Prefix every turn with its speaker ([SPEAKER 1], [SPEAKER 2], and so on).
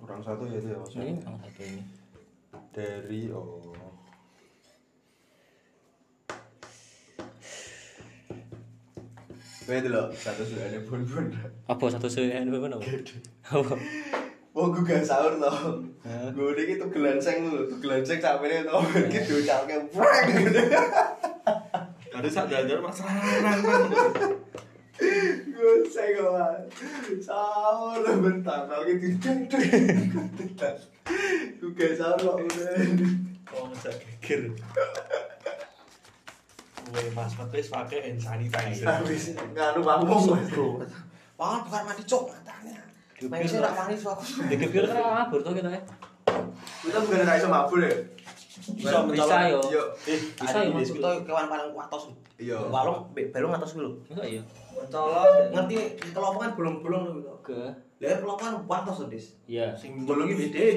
[SPEAKER 1] kurang satu ya itu ya maksudnya
[SPEAKER 2] ini kurang satu ini
[SPEAKER 1] dari oh
[SPEAKER 3] Kowe delok satu sudane bun-bun.
[SPEAKER 2] apa satu sekian apa apa apa
[SPEAKER 3] Wong gue gak Oh, sahur to. Gue iki tuh gelanceng lho, tuh gelanceng sampe to. Iki docalke preng.
[SPEAKER 1] tadi saat jajar mas rarang, rang.
[SPEAKER 3] Gue seng lah. Sahur lho bentar, kalau gitu tidak. Gue gak sahur kok udah.
[SPEAKER 4] Kau ngejak geger. Woi mas, mas wis pakai hand
[SPEAKER 5] Iya.
[SPEAKER 4] sanitizer.
[SPEAKER 3] Habis nganu pamong Mas.
[SPEAKER 1] Pangan bukan mandi cok katanya.
[SPEAKER 3] Main sih rak manis aku.
[SPEAKER 2] dikepir kan mabur tuh kita ya
[SPEAKER 3] Kita bukan ra iso mabur ya.
[SPEAKER 4] Bisa
[SPEAKER 2] bisa yo
[SPEAKER 3] Yo.
[SPEAKER 4] Eh,
[SPEAKER 2] bisa yo
[SPEAKER 4] mas.
[SPEAKER 2] masuk
[SPEAKER 5] kita kawan paling atas
[SPEAKER 3] Iya.
[SPEAKER 5] balong be- balong atas dulu
[SPEAKER 2] masa iya
[SPEAKER 5] mencolok ngerti kelompok kan belum belum gitu
[SPEAKER 2] ke
[SPEAKER 5] lihat kelompok kan atas tuh dis
[SPEAKER 2] ya
[SPEAKER 5] sing belum ini